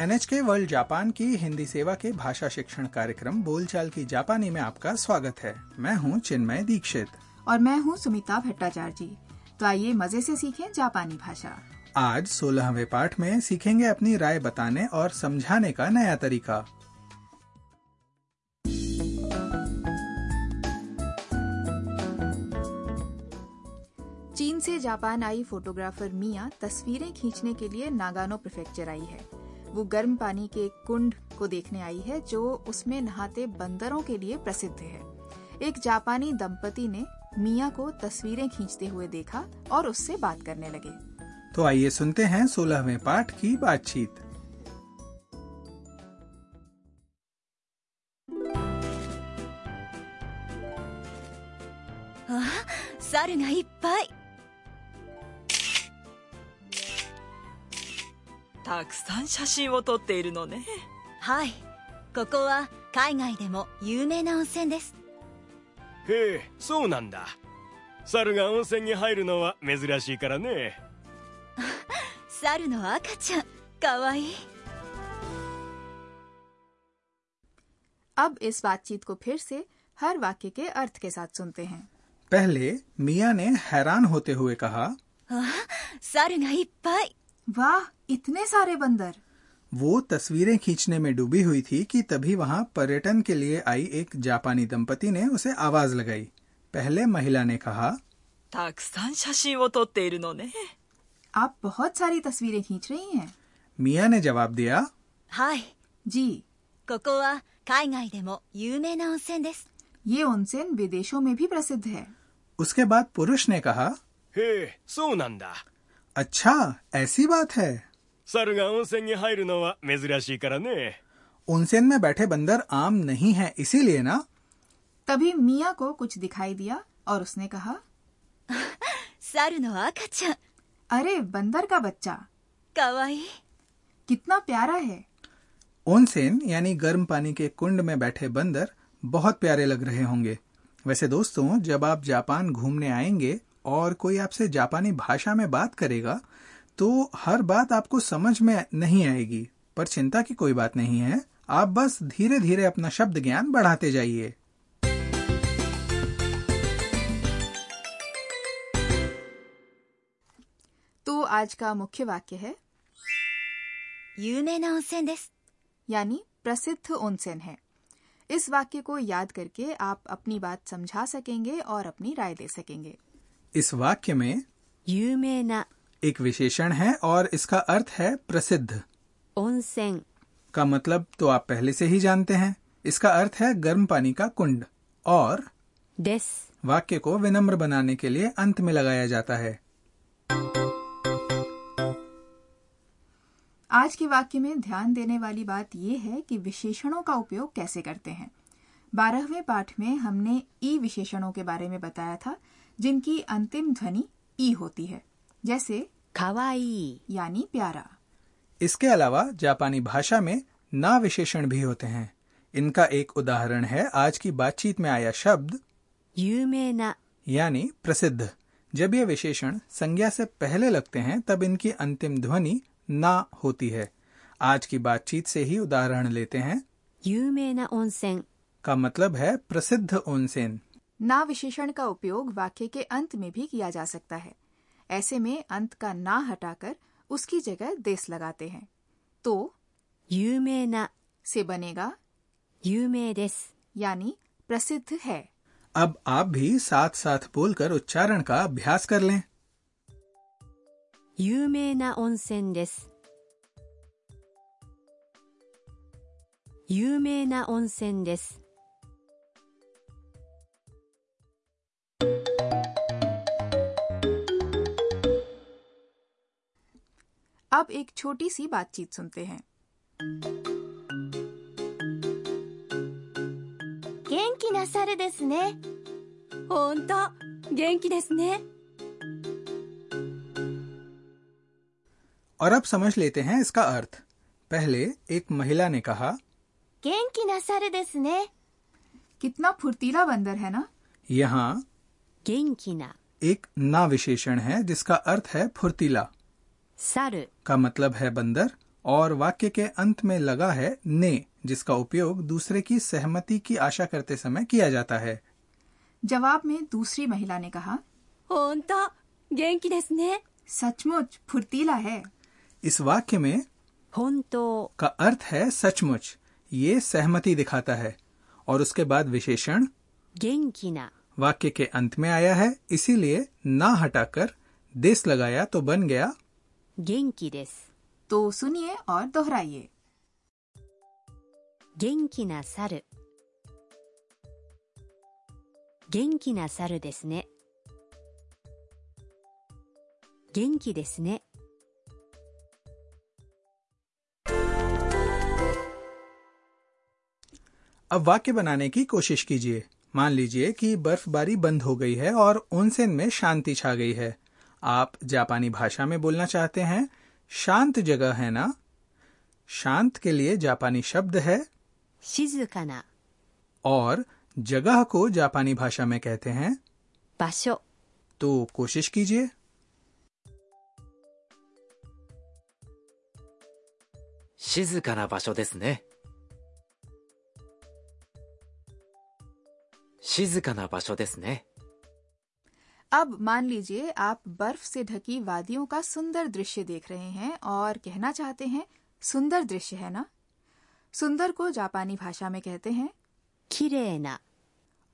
NHK world Japan की हिंदी सेवा के भाषा शिक्षण कार्यक्रम बोलचाल की जापानी में आपका स्वागत है मैं हूं चिन्मय दीक्षित और मैं हूँ सुमिता भट्टाचार्य जी तो आइए मजे से सीखें जापानी भाषा आज सोलहवें पाठ में सीखेंगे अपनी राय बताने और समझाने का नया तरीका चीन से जापान आई फोटोग्राफर मिया तस्वीरें खींचने के लिए नागानो प्रिफेक्चर आई है वो गर्म पानी के एक कुंड को देखने आई है जो उसमें नहाते बंदरों के लिए प्रसिद्ध है एक जापानी दंपति ने मिया को तस्वीरें खींचते हुए देखा और उससे बात करने लगे तो आइए सुनते हैं सोलहवें पाठ की बातचीत 猿がいっぱいたくさん写真を撮っているのねはいここは海外でも有名な温泉ですへえそうなんだ猿が温泉に入るのは珍しいからね猿の赤ちゃんかわいい अब इस बातचीत को फिर से हर वाक्य के अर्थ के साथ सुनते हैं पहले मिया ने हैरान होते हुए कहा 猿がいっぱい वाह इतने सारे बंदर वो तस्वीरें खींचने में डूबी हुई थी कि तभी वहाँ पर्यटन के लिए आई एक जापानी दंपति ने उसे आवाज लगाई पहले महिला ने कहा たくさん写真を撮っているのね आप बहुत सारी तस्वीरें खींच रही हैं मिया ने जवाब दिया はい जी ここは海外でも有名な温泉です ये ओनसेन विदेशों में भी प्रसिद्ध है उसके बाद पुरुष ने कहा へえそうなんだ अच्छा ऐसी बात है 猿が温泉に入るのは珍しいからね उनसेन में बैठे बंदर आम नहीं है इसीलिए ना तभी मिया को कुछ दिखाई दिया और उसने कहा 猿の赤ちゃん अरे बंदर का बच्चा かわいい कितना प्यारा है ओनसेन यानी गर्म पानी के कुंड में बैठे बंदर बहुत प्यारे लग रहे होंगे वैसे दोस्तों जब आप जापान घूमने आएंगे और कोई आपसे जापानी भाषा में बात करेगा तो हर बात आपको समझ में नहीं आएगी पर चिंता की कोई बात नहीं है आप बस धीरे धीरे अपना शब्द ज्ञान बढ़ाते जाइए तो आज का मुख्य वाक्य है 有名な温泉です यानी प्रसिद्ध ओनसेन है इस वाक्य को याद करके आप अपनी बात समझा सकेंगे और अपनी राय दे सकेंगे इस वाक्य में 有名な एक विशेषण है और इसका अर्थ है प्रसिद्ध 温泉 का मतलब तो आप पहले से ही जानते हैं इसका अर्थ है गर्म पानी का कुंड और です वाक्य को विनम्र बनाने के लिए अंत में लगाया जाता है आज के वाक्य में ध्यान देने वाली बात यह है कि विशेषणों का उपयोग कैसे करते हैं बारहवें पाठ में हमने ई विशेषणों के बारे में बताया था जिनकी अंतिम ध्वनि ई होती है जैसे かわいい यानी प्यारा इसके अलावा जापानी भाषा में ना विशेषण भी होते हैं इनका एक उदाहरण है आज की बातचीत में आया शब्द 有名な यानी प्रसिद्ध जब ये विशेषण संज्ञा से पहले लगते हैं तब इनकी अंतिम ध्वनि ना होती है आज की बातचीत से ही उदाहरण लेते हैं 有名な温泉 का मतलब है प्रसिद्ध ओनसेन ना विशेषण का उपयोग वाक्य के अंत में भी किया जा सकता है ऐसे में अंत का ना हटाकर उसकी जगह देस लगाते हैं तो 有名な से बनेगा 有名です यानी प्रसिद्ध है अब आप भी साथ साथ बोलकर उच्चारण का अभ्यास कर लें 有名な温泉です有名な温泉です अब एक छोटी सी बातचीत सुनते हैं 元気な猿ですね本当元気ですね और अब समझ लेते हैं इसका अर्थ पहले एक महिला ने कहा 元気な猿ですね कितना फुर्तीला बंदर है ना यहाँ 元気な एक ना विशेषण है जिसका अर्थ है फुर्तीला 猿 का मतलब है बंदर और वाक्य के अंत में लगा है ने जिसका उपयोग दूसरे की सहमति की आशा करते समय किया जाता है जवाब में दूसरी महिला ने कहा ほんと元気ですね सचमुच फुर्तीला है इस वाक्य में 本当 का अर्थ है सचमुच ये सहमति दिखाता है और उसके बाद विशेषण 元気な वाक्य के अंत में आया है इसीलिए ना हटाकर देश लगाया तो बन गया 元気です तो सुनिए और दोहराइए 元気な猿元気な猿ですね元気ですね अब वाक्य बनाने की कोशिश कीजिए मान लीजिए कि बर्फबारी बंद हो गई है और ओनसेन में शांति छा गई है आप जापानी भाषा में बोलना चाहते हैं शांत जगह है ना शांत के लिए जापानी शब्द है 静かな और जगह को जापानी भाषा में कहते हैं 場所 तो कोशिश कीजिए 静かな場所ですね静かな場所ですね अब मान लीजिए आप बर्फ से ढकी वादियों का सुंदर दृश्य देख रहे हैं और कहना चाहते हैं सुंदर दृश्य है ना सुंदर को जापानी भाषा में कहते हैं きれいな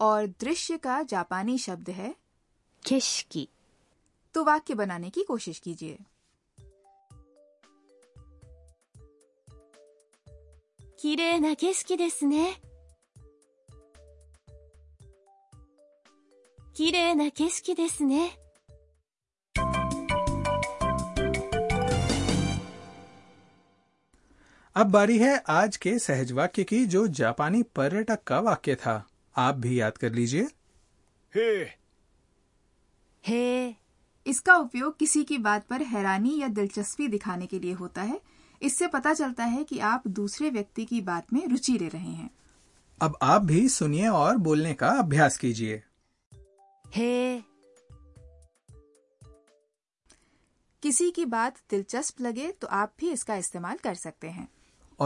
और दृश्य का जापानी शब्द है 景色 तो वाक्य बनाने की कोशिश कीजिए きれいな景色ですねきれいな景色ですね अब बारी है आज के सहज वाक्य की जो जापानी पर्यटक का वाक्य था आप भी याद कर लीजिए へえへえ इसका उपयोग किसी की बात पर हैरानी या दिलचस्पी दिखाने के लिए होता है इससे पता चलता है कि आप दूसरे व्यक्ति की बात में रुचि ले रहे हैं अब आप भी सुनिए और बोलने का अभ्यास कीजिए へえ किसी की बात दिलचस्प लगे तो आप भी इसका इस्तेमाल कर सकते हैं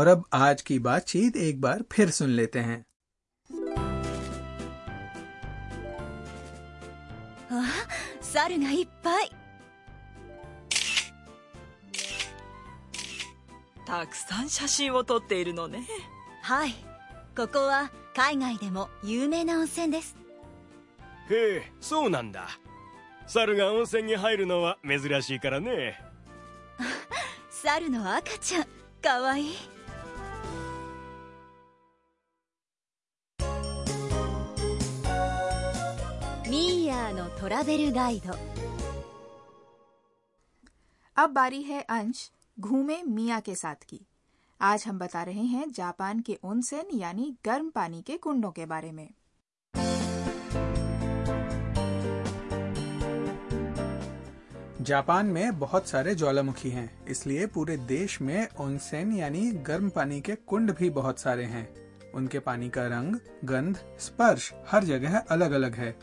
और अब आज की बातचीत एक बार फिर सुन लेते हैं 猿がいっぱいたくさん写真を撮っているのねはいここは海外でも有名な温泉ですへえそうなんだ猿が温泉に入るのは珍しいからね猿の赤ちゃんかわいいミーヤーのトラベルガイド अब बारी है अंश घूमे मिया के साथ की आज हम बता रहे हैं जापान के ओनसेन यानी गर्म पानी के कुंडों के बारे में जापान में बहुत सारे ज्वालामुखी हैं इसलिए पूरे देश में ओनसेन यानी गर्म पानी के कुंड भी बहुत सारे हैं उनके पानी का रंग गंध स्पर्श हर जगह अलग अलग है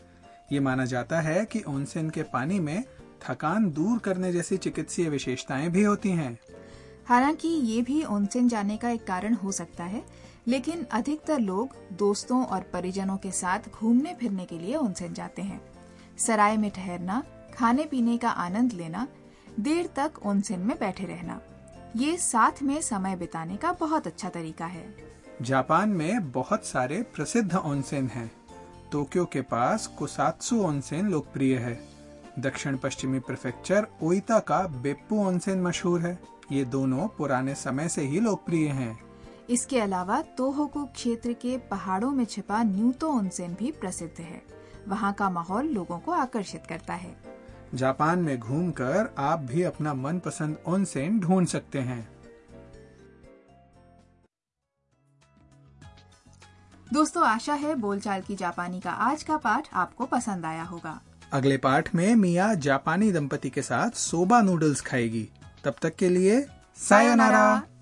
ये माना जाता है कि ओनसेन के पानी में थकान दूर करने जैसी चिकित्सीय विशेषताएं भी होती हैं हालांकि ये भी ओनसेन जाने का एक कारण हो सकता है लेकिन अधिकतर लोग दोस्तों और परिजनों के साथ घूमने फिरने के लिए ओनसेन जाते हैं सराय में ठहरना खाने पीने का आनंद लेना देर तक ओनसेन में बैठे रहना ये साथ में समय बिताने का बहुत अच्छा तरीका है जापान में बहुत सारे प्रसिद्ध ओनसेन हैं टोक्यो के पास कुसात्सु ओनसेन लोकप्रिय है दक्षिण पश्चिमी प्रिफेक्चर ओइता का बेप्पू ओनसेन मशहूर है ये दोनों पुराने समय से ही लोकप्रिय हैं इसके अलावा तोहोकू क्षेत्र के पहाड़ों में छिपा न्यूतो ओनसेन भी प्रसिद्ध है वहाँ का माहौल लोगों को आकर्षित करता है जापान में घूमकर आप भी अपना मनपसंद ओनसेन ढूंढ सकते हैं दोस्तों आशा है बोलचाल की जापानी का आज का पाठ आपको पसंद आया होगा अगले पाठ में मिया जापानी दंपति के साथ सोबा नूडल्स खाएगी तब तक के लिए सायोनारा